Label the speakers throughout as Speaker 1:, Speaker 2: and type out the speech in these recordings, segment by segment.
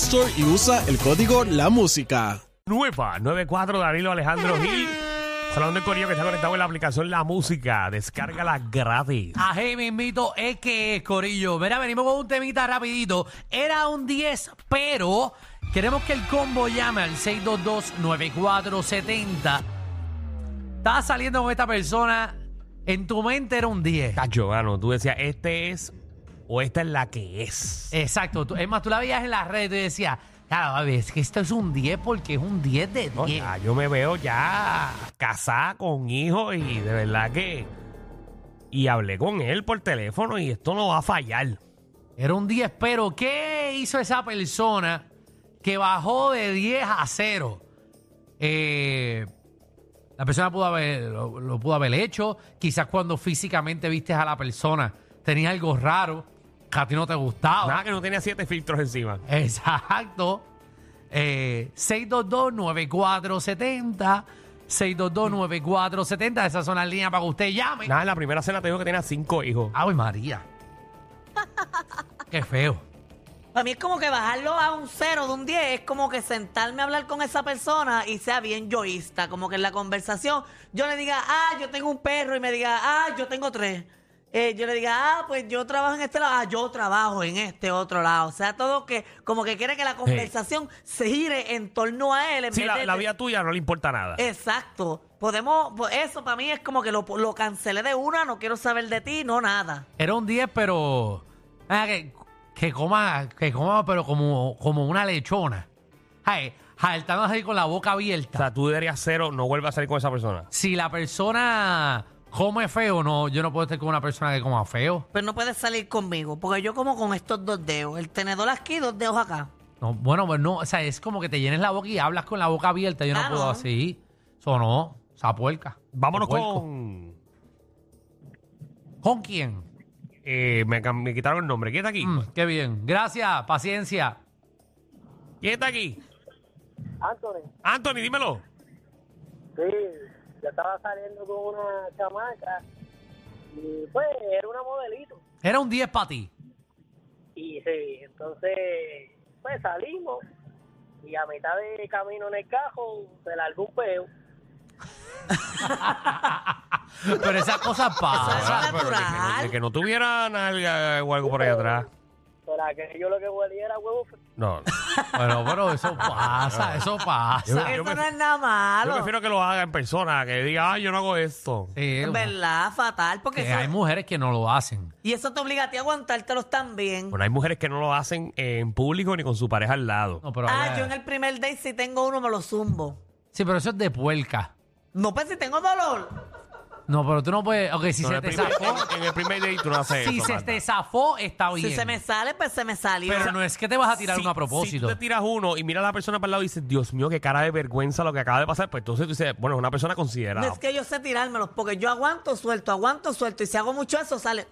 Speaker 1: Store y usa el código La Música.
Speaker 2: Nueva 94 Danilo Alejandro Gil. Salón de Corillo que está conectado en la aplicación La Música. Descárgala gratis.
Speaker 3: Ají, mismito, es que es, Corillo. Mira, venimos con un temita rapidito. Era un 10, pero queremos que el combo llame al 622-9470. Estaba saliendo con esta persona, en tu mente era un 10.
Speaker 2: Cacho, Ah, mano, tú decías, este es o esta es la que
Speaker 3: Eh,
Speaker 2: es.
Speaker 3: Exacto. Tú- Es más, tú la veías en las redes y decías, claro, baby, es que esto es un 10 porque es un 10 de
Speaker 2: No,
Speaker 3: 10.
Speaker 2: ya, yo me veo ya casada con hijos y de verdad que. Y hablé con él por teléfono y esto no va a fallar.
Speaker 3: Era un 10, pero ¿qué hizo esa persona que bajó de 10 a 0? Eh, la persona pudo haber, lo, lo pudo haber hecho. Quizás cuando físicamente vistes a la persona, tenías algo raro que a ti no te gustaba.
Speaker 2: Nada que no tenía siete filtros encima.
Speaker 3: Exacto. Eh, 622-9470. 622-9470. Esas son las líneas para que usted llame.
Speaker 2: Nada, en la primera cena te dijo que tenía cinco hijos.
Speaker 3: ¡Ay, María! ¡Qué feo!
Speaker 4: Para mí es como que bajarlo a un cero de un 10 es como que sentarme a hablar con esa persona y sea bien yoísta, como que en la conversación yo le diga, ah, yo tengo un perro y me diga, ah, yo tengo tres. Eh, yo le diga, ah, pues yo trabajo en este lado, ah, yo trabajo en este otro lado. O sea, todo que como que quiere que la conversación se gire en torno a él. En
Speaker 2: Sí,
Speaker 4: vez
Speaker 2: la,
Speaker 4: de-
Speaker 2: la vida tuya no le importa nada.
Speaker 4: Eh. Exacto. Podemos, pues, eso para mí es como que lo, lo cancelé de una, no quiero saber de ti, no nada.
Speaker 3: Era un 10, pero. ah, que, que coma, que coma, pero como, como una lechona. Ay, jaltándose ahí con la boca
Speaker 2: O
Speaker 3: abierta.
Speaker 2: sea, tú deberías cero, no vuelvas a salir con esa persona.
Speaker 3: Si la persona come feo, no, yo no puedo estar con una persona que coma feo.
Speaker 4: Pero no puedes salir conmigo, porque yo como con estos dos dedos, el tenedor aquí, dos dedos acá.
Speaker 3: No, bueno, pues no, o sea, es como que te llenes la boca y hablas con la boca abierta. Yo no
Speaker 4: Ah,
Speaker 3: puedo
Speaker 4: no.
Speaker 3: así. Eso no, esa puerca.
Speaker 2: Vámonos
Speaker 3: Puerco.
Speaker 2: con.
Speaker 3: ¿Con quién?
Speaker 2: Eh, me, cam- me quitaron el nombre. ¿Quién está aquí?
Speaker 3: Mm, qué bien. Gracias, paciencia.
Speaker 2: ¿Quién está aquí?
Speaker 5: Anthony,
Speaker 2: Anthony, dímelo.
Speaker 5: sí, yo estaba saliendo con una chamaca y pues era una modelito.
Speaker 3: Era un 10 para ti.
Speaker 5: Y sí, entonces pues salimos y a mitad de camino en el cajo se largó un peo.
Speaker 3: Pero esas cosas
Speaker 4: Eso es
Speaker 3: pasan.
Speaker 2: Ah, pero de que, no,
Speaker 4: natural.
Speaker 2: de que no tuviera nalga o algo por ahí
Speaker 3: Uh.
Speaker 2: atrás.
Speaker 5: Pero aquello lo que huelía era huevo frito.
Speaker 2: No.
Speaker 3: Bueno, pero eso pasa, eso pasa.
Speaker 2: Yo
Speaker 4: Eso
Speaker 2: pref-
Speaker 4: no es nada
Speaker 2: Yo
Speaker 4: malo.
Speaker 2: prefiero que lo haga en persona, que diga, ay, yo no hago esto.
Speaker 3: Sí,
Speaker 4: Es
Speaker 3: bueno,
Speaker 4: verdad, fatal, porque
Speaker 3: que hay
Speaker 4: eso,
Speaker 3: mujeres que no lo hacen.
Speaker 4: y eso te obliga a ti a aguantártelos también.
Speaker 2: Bueno, hay mujeres que no lo hacen en público ni con su pareja al lado.
Speaker 3: No, pero
Speaker 4: Ah,
Speaker 3: habla-
Speaker 4: yo en el primer date si tengo uno me lo zumbo.
Speaker 3: Sí, pero eso es de puerca.
Speaker 4: No, pues si tengo dolor.
Speaker 3: No, pero tú no puedes. Ok, si
Speaker 2: No, en, el
Speaker 3: se te
Speaker 2: primer,
Speaker 3: zafó.
Speaker 2: en- en el primer date tú no haces
Speaker 3: Si
Speaker 2: eso.
Speaker 3: se
Speaker 2: Magda.
Speaker 3: te zafó, está bien.
Speaker 4: Si se me sale, pues se me salió.
Speaker 3: Pero no es que te vas a tirar
Speaker 2: Si-
Speaker 3: uno a
Speaker 2: Si
Speaker 3: propósito.
Speaker 2: tú te tiras uno y mira a la persona para el lado y dices, Dios mío, qué cara de vergüenza lo que acaba de pasar, pues entonces tú dices, bueno, es una persona
Speaker 4: No
Speaker 2: considerada.
Speaker 4: es que yo sé tirármelos, porque yo aguanto suelto, aguanto suelto, y si hago mucho eso sale...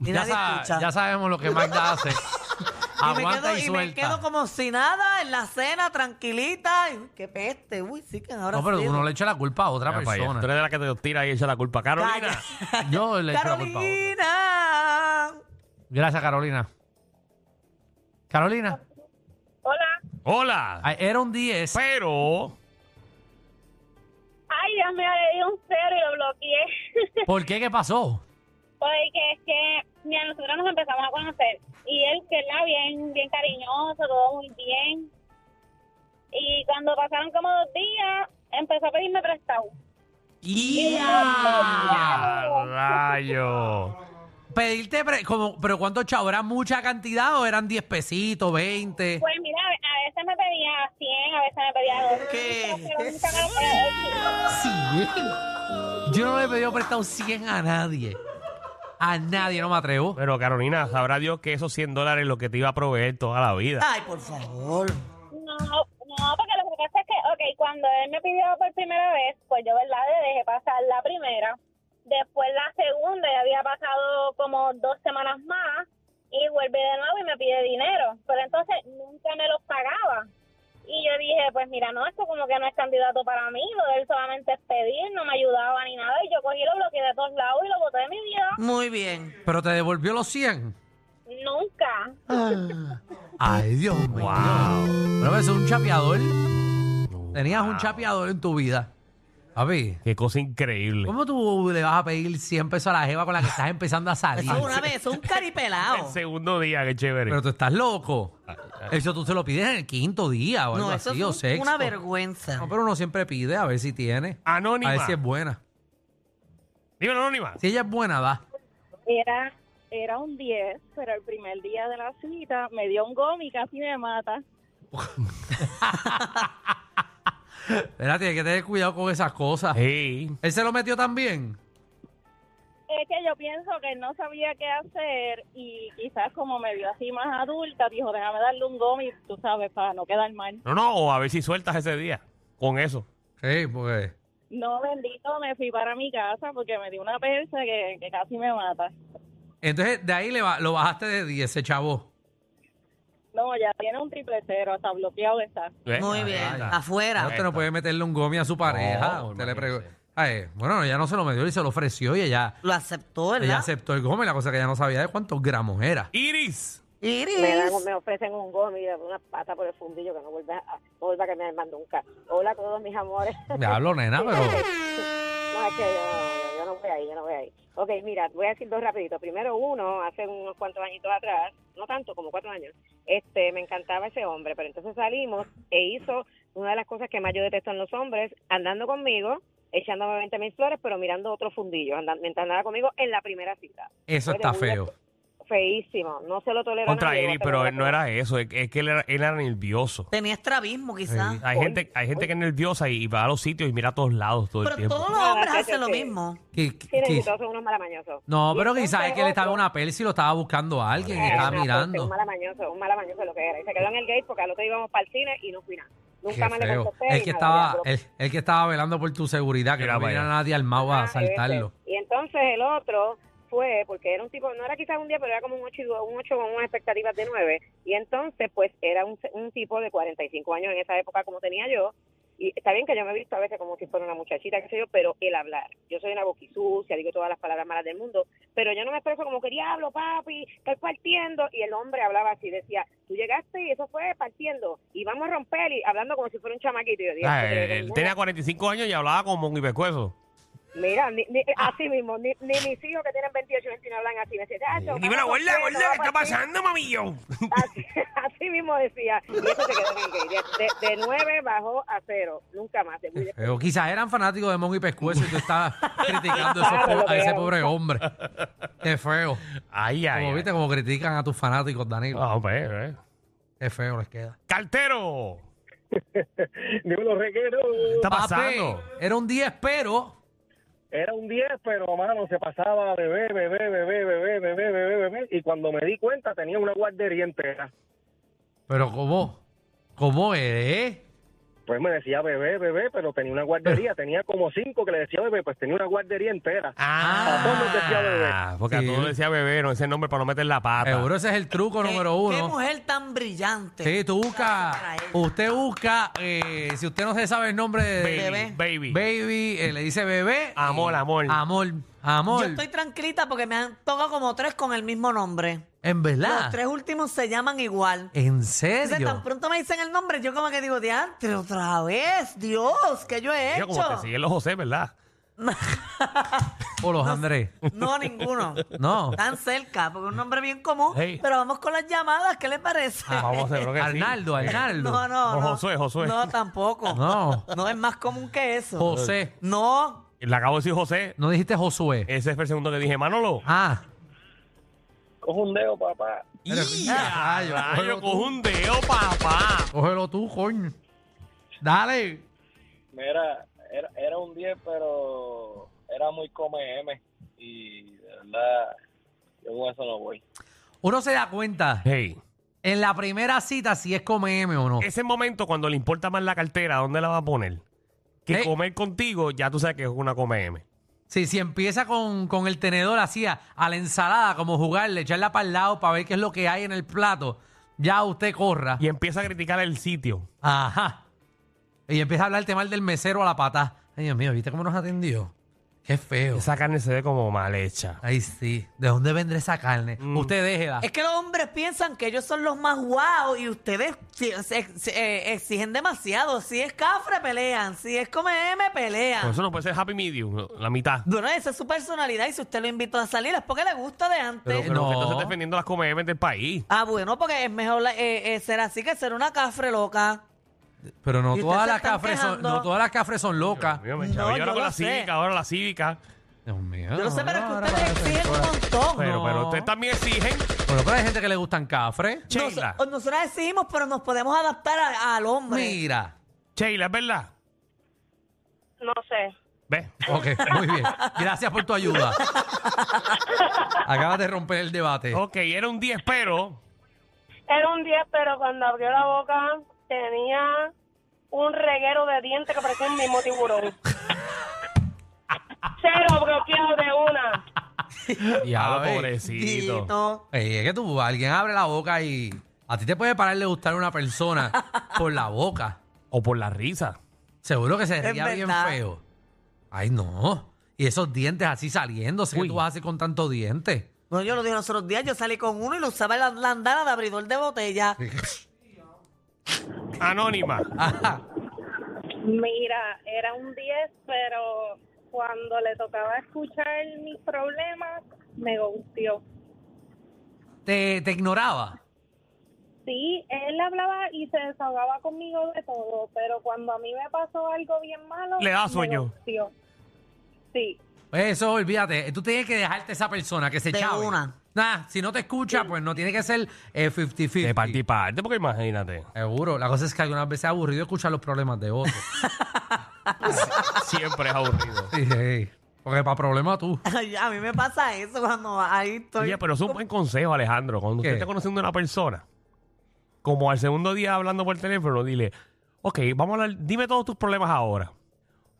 Speaker 4: Y
Speaker 3: ya,
Speaker 4: nadie
Speaker 3: sa-
Speaker 4: escucha.
Speaker 3: ya sabemos lo que Magda hace.
Speaker 4: Y me,
Speaker 3: Aguanta
Speaker 4: quedo,
Speaker 3: y,
Speaker 4: y me
Speaker 3: suelta.
Speaker 4: quedo como si nada en la cena, tranquilita. Y, qué peste, uy, sí que ahora
Speaker 3: no, pero
Speaker 4: sí.
Speaker 3: uno le echa la culpa a otra
Speaker 2: Ya, pa' allá. Tú
Speaker 3: persona.
Speaker 2: eres de la que te tira y echa la culpa. Carolina.
Speaker 4: Calla.
Speaker 3: Yo le echo la culpa a otra.
Speaker 4: Carolina.
Speaker 3: Gracias, Carolina. Carolina,
Speaker 6: Hola.
Speaker 2: Hola.
Speaker 3: ay, era un 10.
Speaker 2: Pero.
Speaker 6: Ay, Dios mío, le di un cero y lo bloqueé.
Speaker 3: ¿Por qué? ¿Qué pasó?
Speaker 6: Porque es que, mira, nosotros nos empezamos a conocer ¿verdad? Bien, bien cariñoso, todo muy bien. Y cuando pasaron como dos días, empezó a pedirme prestado.
Speaker 2: ¡Ya, rayo!
Speaker 3: Pedirte, pre- como, pero ¿cuántos chavos? ¿Era mucha cantidad o eran 10 pesitos, 20?
Speaker 6: Pues mira, a veces me pedía 100, a veces me pedía 200, pero nunca me lo pedía.
Speaker 3: 100. Yo no le he pedido prestado 100 a nadie. A nadie, no me atrevo.
Speaker 2: Pero Carolina, sabrá Dios que esos 100 dólares es lo que te iba a proveer toda la vida.
Speaker 4: Ay, por favor.
Speaker 6: No, no, porque lo que pasa es que, ok, cuando él me pidió por primera vez, pues yo, ¿verdad? Le dejé pasar la primera. Después la segunda, ya había pasado como dos semanas más. Y vuelve de nuevo y me pide dinero. Pero entonces nunca me los pagaba. Y yo dije, pues mira, no, esto como que no es candidato para mí. Lo de él solamente es pedir, no me ayudaba ni nada. Y yo cogí lo bloqueé de todos lados y lo boté de mi vida.
Speaker 4: Muy bien.
Speaker 3: Pero te devolvió los 100.
Speaker 6: Nunca.
Speaker 3: Ay, Dios mío. Pero eso es un chapeador. Tenías un chapeador en tu vida. Papi,
Speaker 2: Qué cosa increíble.
Speaker 3: ¿cómo tú le vas a pedir 100 pesos a la jeva con la que estás empezando a salir?
Speaker 4: Eso es una vez, un
Speaker 2: El
Speaker 4: caripelado.
Speaker 2: segundo día, qué chévere.
Speaker 3: Pero tú estás loco. Eso tú se lo pides en el quinto día o algo
Speaker 4: No, eso
Speaker 3: así, o
Speaker 4: es un-
Speaker 3: sexto.
Speaker 4: una vergüenza.
Speaker 3: No, pero uno siempre pide a ver si tiene.
Speaker 2: Anónima.
Speaker 3: A ver si es buena.
Speaker 2: Dímelo, Anónima.
Speaker 3: Si ella es buena, da.
Speaker 6: Era, era un 10, pero el primer día de la cita me dio un gom y casi me mata.
Speaker 3: Espérate, hay que tener cuidado con esas cosas.
Speaker 2: Sí.
Speaker 3: Él se lo metió también.
Speaker 6: Es que yo pienso que él no sabía qué hacer y quizás como me vio así más adulta, dijo, déjame darle un gom y tú sabes, para no quedar mal.
Speaker 2: No, no, o a ver si sueltas ese día con eso.
Speaker 3: Sí, porque.
Speaker 6: No, bendito, me fui para mi casa porque me dio una persa que, que casi me mata.
Speaker 3: Entonces, de ahí le ba- lo bajaste de 10, ese chavo.
Speaker 6: No, ya tiene un triple cero, hasta bloqueado está.
Speaker 2: ¿Eh?
Speaker 4: Muy
Speaker 2: Ahí
Speaker 4: bien.
Speaker 2: está.
Speaker 3: No,
Speaker 4: Afuera.
Speaker 3: usted no puede meterle un gomi a su pareja.
Speaker 2: No,
Speaker 3: Usted le pre-
Speaker 2: imagínese.
Speaker 3: Ay, bueno, ella no se lo metió y se lo ofreció y ella,
Speaker 4: Lo aceptó,
Speaker 3: ella
Speaker 4: ¿verdad?
Speaker 3: aceptó el gomi. La cosa que ella no sabía de cuántos gramos era.
Speaker 2: Iris.
Speaker 7: me,
Speaker 4: Iris.
Speaker 7: dan- me ofrecen un gol y una pata por el fundillo que no vuelve a, no vuelve a caminar más nunca. Hola a todos mis amores.
Speaker 3: Diablo, nena, pero.
Speaker 7: No, es que yo, yo no voy ahí, yo no voy ahí. Ok, mira, voy a decir dos rapidito. Primero uno, hace unos cuantos añitos atrás, no tanto, como cuatro años, este, me encantaba ese hombre, pero entonces salimos e hizo una de las cosas que más yo detesto en los hombres, andando conmigo, echándome 20 mil flores, pero mirando otro fundillo, andando, mientras andaba conmigo en la primera cita.
Speaker 3: Eso está feo.
Speaker 7: Feísimo, no se lo tolero. a
Speaker 2: Contra
Speaker 7: nadie, voy a
Speaker 2: Iris,
Speaker 7: tener
Speaker 2: pero
Speaker 7: una
Speaker 2: él no
Speaker 7: pelea.
Speaker 2: era eso. Es, es que él era, él era nervioso.
Speaker 4: Tenía estrabismo, quizás.
Speaker 3: Sí.
Speaker 2: Hay gente, hay gente que es nerviosa y, y va a los sitios y mira a todos lados todo el
Speaker 4: Pero
Speaker 2: tiempo.
Speaker 4: todos los
Speaker 7: Ah,
Speaker 4: hombres
Speaker 7: sí,
Speaker 4: hacen
Speaker 7: sí,
Speaker 4: lo
Speaker 7: sí.
Speaker 4: mismo.
Speaker 3: Qui- qui-
Speaker 7: Sí,
Speaker 3: qui-
Speaker 7: necesito todos son unos malamañosos.
Speaker 3: No, pero
Speaker 7: Y
Speaker 3: quizás es que le estaba
Speaker 7: entonces
Speaker 3: una persa y lo estaba buscando a alguien,
Speaker 7: otro,
Speaker 3: le
Speaker 7: eh,
Speaker 3: estaba
Speaker 7: una cosa, Un
Speaker 3: mirando.
Speaker 7: malamañoso, un malamañoso lo que era. Y se quedó en el gate porque al otro día íbamos para el cine y no fui nada. Nunca
Speaker 3: Qué
Speaker 7: más le
Speaker 3: feo.
Speaker 7: contesté.
Speaker 3: El
Speaker 7: y
Speaker 3: que
Speaker 7: nada,
Speaker 3: estaba,
Speaker 7: ya,
Speaker 3: el, el que estaba velando por tu seguridad, que
Speaker 2: Mira
Speaker 3: no
Speaker 2: para
Speaker 3: viniera
Speaker 2: allá.
Speaker 3: nadie armado
Speaker 7: pero-
Speaker 3: a asaltarlo.
Speaker 7: Ah, este. Y entonces el otro fue, porque era un tipo, no era quizás un día, pero era como un 8, un ocho con unas expectativas de 9. Y entonces, pues, era un, un tipo de 45 años en esa época como tenía yo. Y está bien que yo me he visto a veces como si fuera una muchachita, qué sé yo, pero el hablar. Yo soy una boquisucia, digo todas las palabras malas del mundo, pero yo no me expreso como que diablo, papi, estoy partiendo. Y el hombre hablaba así, decía, tú llegaste y eso fue partiendo, y vamos a romper, y hablando como si fuera un chamaquito. Y yo, "Diablo,
Speaker 2: Ah,
Speaker 7: pero
Speaker 2: él, él
Speaker 7: ninguna-
Speaker 2: tenía 45 años y hablaba como un pescuezo.
Speaker 7: Mira, ni, ni- así mismo, ni, ni mis hijos que tienen 28 y 29 hablan así. Me decían, "Ah, yo,
Speaker 2: Dímelo,
Speaker 7: vamos,
Speaker 2: gorda,
Speaker 7: pues,
Speaker 2: gorda,
Speaker 7: vamos
Speaker 2: ¿qué está
Speaker 7: pa' ti".
Speaker 2: pasando, mamillo?
Speaker 7: Así, así mismo decía. Y eso se quedó en el gay. De, de, 9 bajó a 0. Nunca más. De muy de-
Speaker 3: Pero quizás eran fanáticos de Mon y Pescuezo y tú estabas criticando esos
Speaker 7: Claro,
Speaker 3: po-
Speaker 7: lo
Speaker 3: a ese
Speaker 7: veo.
Speaker 3: pobre hombre. Qué feo.
Speaker 2: Ay, ay,
Speaker 3: Como
Speaker 2: ay.
Speaker 3: viste, como critican a tus fanáticos, Danilo.
Speaker 2: Ah, pues, eh.
Speaker 3: Qué feo les queda.
Speaker 2: ¡Cartero!
Speaker 5: Dímelo, reguero.
Speaker 2: ¿Qué está
Speaker 3: Papi,
Speaker 2: pasando?
Speaker 3: Era un 10, pero.
Speaker 5: Era un 10, pero mano, se pasaba bebé, bebé, bebé, bebé, bebé, bebé, bebé. Y cuando me di cuenta tenía una guardería entera.
Speaker 3: Pero ¿cómo? ¿Cómo eres?
Speaker 5: Pues me decía bebé, bebé, pero tenía una guardería. Tenía como cinco que le decía bebé, pues tenía una guardería entera.
Speaker 2: Ah,
Speaker 5: A todos les decía bebé.
Speaker 2: porque a
Speaker 3: Sí.
Speaker 2: todos les decía bebé, no ese nombre para no meter la pata.
Speaker 3: Seguro ese es el truco
Speaker 4: Qué-
Speaker 3: número
Speaker 4: Qué
Speaker 3: uno.
Speaker 4: mujer tan brillante.
Speaker 3: Sí, tú
Speaker 4: Para
Speaker 3: buscas.
Speaker 4: él.
Speaker 3: Usted busca. eh, si usted no se sabe el nombre de.
Speaker 2: Baby,
Speaker 4: Bebé.
Speaker 2: baby. Ah,
Speaker 3: Baby, eh, le dice bebé.
Speaker 2: Amor,
Speaker 3: Eh,
Speaker 2: amor.
Speaker 3: Amor, amor.
Speaker 4: Yo estoy tranquilita porque me han tocado como tres con el mismo nombre.
Speaker 3: En
Speaker 4: Los
Speaker 3: verdad.
Speaker 4: tres últimos se llaman igual.
Speaker 3: En
Speaker 4: Entonces,
Speaker 3: serio.
Speaker 4: tan pronto me dicen el nombre, yo como que digo, diantre, otra vez, Dios, que yo he
Speaker 2: Mira,
Speaker 4: hecho?
Speaker 2: como te siguen los José, ¿verdad?
Speaker 3: o los Andrés?
Speaker 4: No, ninguno.
Speaker 3: No.
Speaker 4: Tan cerca, porque es un nombre bien común.
Speaker 2: Hey.
Speaker 4: Pero vamos con las llamadas, ¿qué les parece?
Speaker 2: Ah, vamos a hacerlo que sí.
Speaker 3: Arnaldo,
Speaker 2: Eh,
Speaker 3: Arnaldo.
Speaker 4: No, no,
Speaker 2: O
Speaker 4: no.
Speaker 2: Josué, Josué. Oh.
Speaker 4: No, tampoco.
Speaker 3: No.
Speaker 4: No es más común que eso.
Speaker 3: José.
Speaker 4: No,
Speaker 2: Le acabo de decir José.
Speaker 3: No dijiste Josué.
Speaker 2: Ese fue el segundo que dije, Manolo.
Speaker 3: Ah.
Speaker 5: Coge un dedo, papá.
Speaker 2: ¡Ya!
Speaker 3: rayo,
Speaker 2: rayo,
Speaker 3: cógelo tú.
Speaker 2: cojo un dedo, papá.
Speaker 3: Cógelo tú, coño. Dale.
Speaker 5: Mira, era, era un 10, pero era muy come M. Y de verdad, yo con eso no voy.
Speaker 3: Uno se da cuenta
Speaker 2: Hey.
Speaker 3: en la primera cita si es come M o no.
Speaker 2: Ese momento cuando le importa más la cartera, ¿dónde la va a poner? Que
Speaker 3: Ey.
Speaker 2: comer contigo, ya tú sabes que es una come M.
Speaker 3: Sí, si empieza con, con el tenedor así a, a la ensalada, como jugarle, echarla para el lado para ver qué es lo que hay en el plato, ya usted corra.
Speaker 2: Y empieza a criticar el sitio.
Speaker 3: Ajá. Y empieza a hablarte mal del mesero a la pata. Ay, Dios mío, ¿viste cómo nos atendió? Qué feo.
Speaker 2: Esa carne se ve como mal hecha.
Speaker 3: Ay, sí. ¿De dónde vendrá esa carne?
Speaker 2: Mm.
Speaker 3: Usted déjela.
Speaker 4: es que los hombres piensan que ellos son los más guau y ustedes si- se- se- eh, exigen demasiado. Si es cafre, pelean. Si es come M,
Speaker 2: Por
Speaker 4: pelean.
Speaker 2: eso no puede ser happy medium, la mitad.
Speaker 4: Bueno, esa es su personalidad y si usted lo invitó a salir es porque le gusta de antes.
Speaker 2: Pero, pero
Speaker 3: No.
Speaker 2: que entonces defendiendo las come M del país.
Speaker 4: Ah, bueno, porque es mejor la- eh, eh, ser así que ser una cafre loca.
Speaker 3: Pero no
Speaker 4: Y ustedes
Speaker 3: todas,
Speaker 4: se
Speaker 3: las
Speaker 4: están
Speaker 3: cafres son,
Speaker 4: quejando.
Speaker 3: no todas las cafres son locas.
Speaker 2: Dios mío, me
Speaker 4: No,
Speaker 2: chavé.
Speaker 4: yo
Speaker 2: Yo ahora con
Speaker 4: lo
Speaker 2: la
Speaker 4: sé.
Speaker 2: cívica, ahora la cívica.
Speaker 3: Dios mío.
Speaker 2: Ah,
Speaker 4: Yo no sé, pero es que
Speaker 3: ahora
Speaker 4: ustedes
Speaker 3: parece
Speaker 4: exigen un
Speaker 3: ahora.
Speaker 4: montón.
Speaker 2: Pero,
Speaker 3: No.
Speaker 2: pero ustedes también exigen.
Speaker 3: Bueno, pero hay gente que le gustan cafres.
Speaker 4: Nos-
Speaker 2: Sheila,
Speaker 4: nosotras decimos, pero nos podemos adaptar a- al hombre.
Speaker 3: Mira.
Speaker 2: Sheila, ¿es verdad?
Speaker 6: No sé.
Speaker 2: ¿Ves?
Speaker 3: Ok, muy bien. Gracias por tu ayuda. Acabas de romper el debate.
Speaker 2: Ok, era un 10, pero...
Speaker 6: Era un 10, pero cuando abrió la boca tenía un reguero de dientes que parecía un mismo tiburón. Cero bloqueado de una.
Speaker 2: Diablo,
Speaker 3: ver.
Speaker 2: pobrecito.
Speaker 4: Dito.
Speaker 3: Ey, es que tú, alguien abre la boca y a ti te puede parar de gustar una persona por la boca.
Speaker 2: O por la risa.
Speaker 3: Seguro que se
Speaker 4: Es
Speaker 3: ría bien
Speaker 4: verdad.
Speaker 3: feo. Ay, no. Y esos dientes así saliéndose, ¿qué
Speaker 2: Uy.
Speaker 3: tú vas a hacer con tanto diente?
Speaker 4: No, yo lo dije los otros días, yo salí con uno y lo usaba la, la andana de abridor de botella.
Speaker 2: Anónima.
Speaker 3: Ajá.
Speaker 6: Mira, era un 10, pero cuando le tocaba escuchar mis problemas, me gustó.
Speaker 3: Te, te ignoraba.
Speaker 6: Sí, él hablaba y se desahogaba conmigo de todo, pero cuando a mí me pasó algo bien malo,
Speaker 2: Le da
Speaker 6: me
Speaker 2: sueño.
Speaker 6: ghosteó. Sí,
Speaker 3: Pues Eso, olvídate. Tú tienes que dejarte esa persona que se
Speaker 4: De
Speaker 3: chave.
Speaker 4: una.
Speaker 3: Nah, si no te escucha, pues no tiene que ser eh, 50-50.
Speaker 2: De parte y parte, porque imagínate.
Speaker 3: Seguro. La cosa es que algunas veces es aburrido escuchar los problemas de otros.
Speaker 2: Siempre es aburrido.
Speaker 3: Sí, sí. Porque para problema tú.
Speaker 4: Ay, a mí me pasa eso cuando ahí estoy.
Speaker 2: Oye, pues, pero es un buen consejo, Alejandro. Cuando
Speaker 3: ¿Qué?
Speaker 2: usted está conociendo a una persona, como al segundo día hablando por teléfono, dile, ok, vamos a hablar, dime todos tus problemas ahora.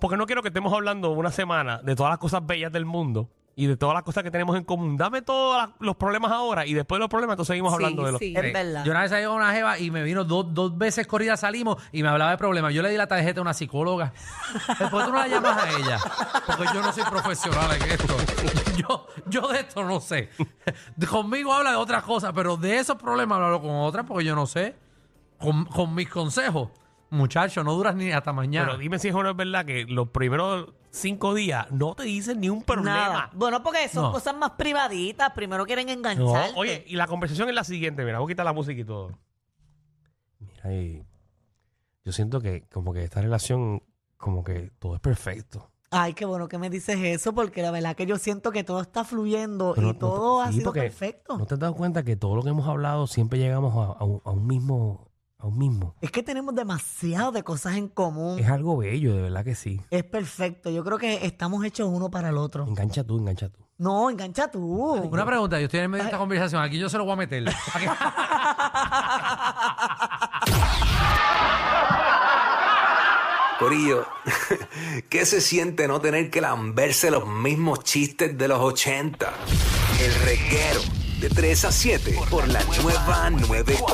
Speaker 2: Porque no quiero que estemos hablando una semana de todas las cosas bellas del mundo y de todas las cosas que tenemos en común. Dame todos la- los problemas ahora y después de los problemas entonces seguimos
Speaker 4: Sí,
Speaker 2: hablando de los...
Speaker 4: sí,
Speaker 3: Sí.
Speaker 4: es verdad.
Speaker 3: Yo una vez salí con una jeva y me vino dos, dos veces corrida salimos y me hablaba de problemas. Yo le di la tarjeta a una psicóloga. Después tú no la llamas a ella. Porque yo no soy profesional en esto. Yo, yo de esto no sé. Conmigo habla de otras cosas, pero de esos problemas hablo con otras porque yo no sé. Con, con mis consejos. Muchacho, no duras ni hasta mañana.
Speaker 2: Pero dime si es o no es verdad que los primeros cinco días no te dicen ni un
Speaker 4: Nada.
Speaker 2: problema.
Speaker 4: Bueno, porque son
Speaker 3: No.
Speaker 4: cosas más privaditas. Primero quieren
Speaker 2: No,
Speaker 4: engancharte.
Speaker 2: oye, y la conversación es la siguiente, mira, voy a quitar la música y todo. Mira, y yo siento que como que esta relación, como que todo es perfecto.
Speaker 4: Ay, qué bueno que me dices eso, porque la verdad que yo siento que todo está fluyendo
Speaker 2: Pero
Speaker 4: y
Speaker 2: no-
Speaker 4: todo ha
Speaker 2: sí,
Speaker 4: sido
Speaker 2: porque
Speaker 4: perfecto.
Speaker 2: ¿No te has dado cuenta que todo lo que hemos hablado siempre llegamos a, a un, a un mismo, a un mismo?
Speaker 4: Es que tenemos demasiado de cosas en común.
Speaker 2: Es algo bello, de verdad que sí.
Speaker 4: Es perfecto. Yo creo que estamos hechos uno para el otro.
Speaker 2: Engancha tú, engancha tú.
Speaker 4: No, engancha tú.
Speaker 3: Una pregunta, yo estoy en medio de esta conversación. Aquí yo se lo voy a meter. Aquí-
Speaker 8: Corillo, ¿qué se siente no tener que lamberse los mismos chistes de los 80? El reguero de 3 a 7 por la nueva 94.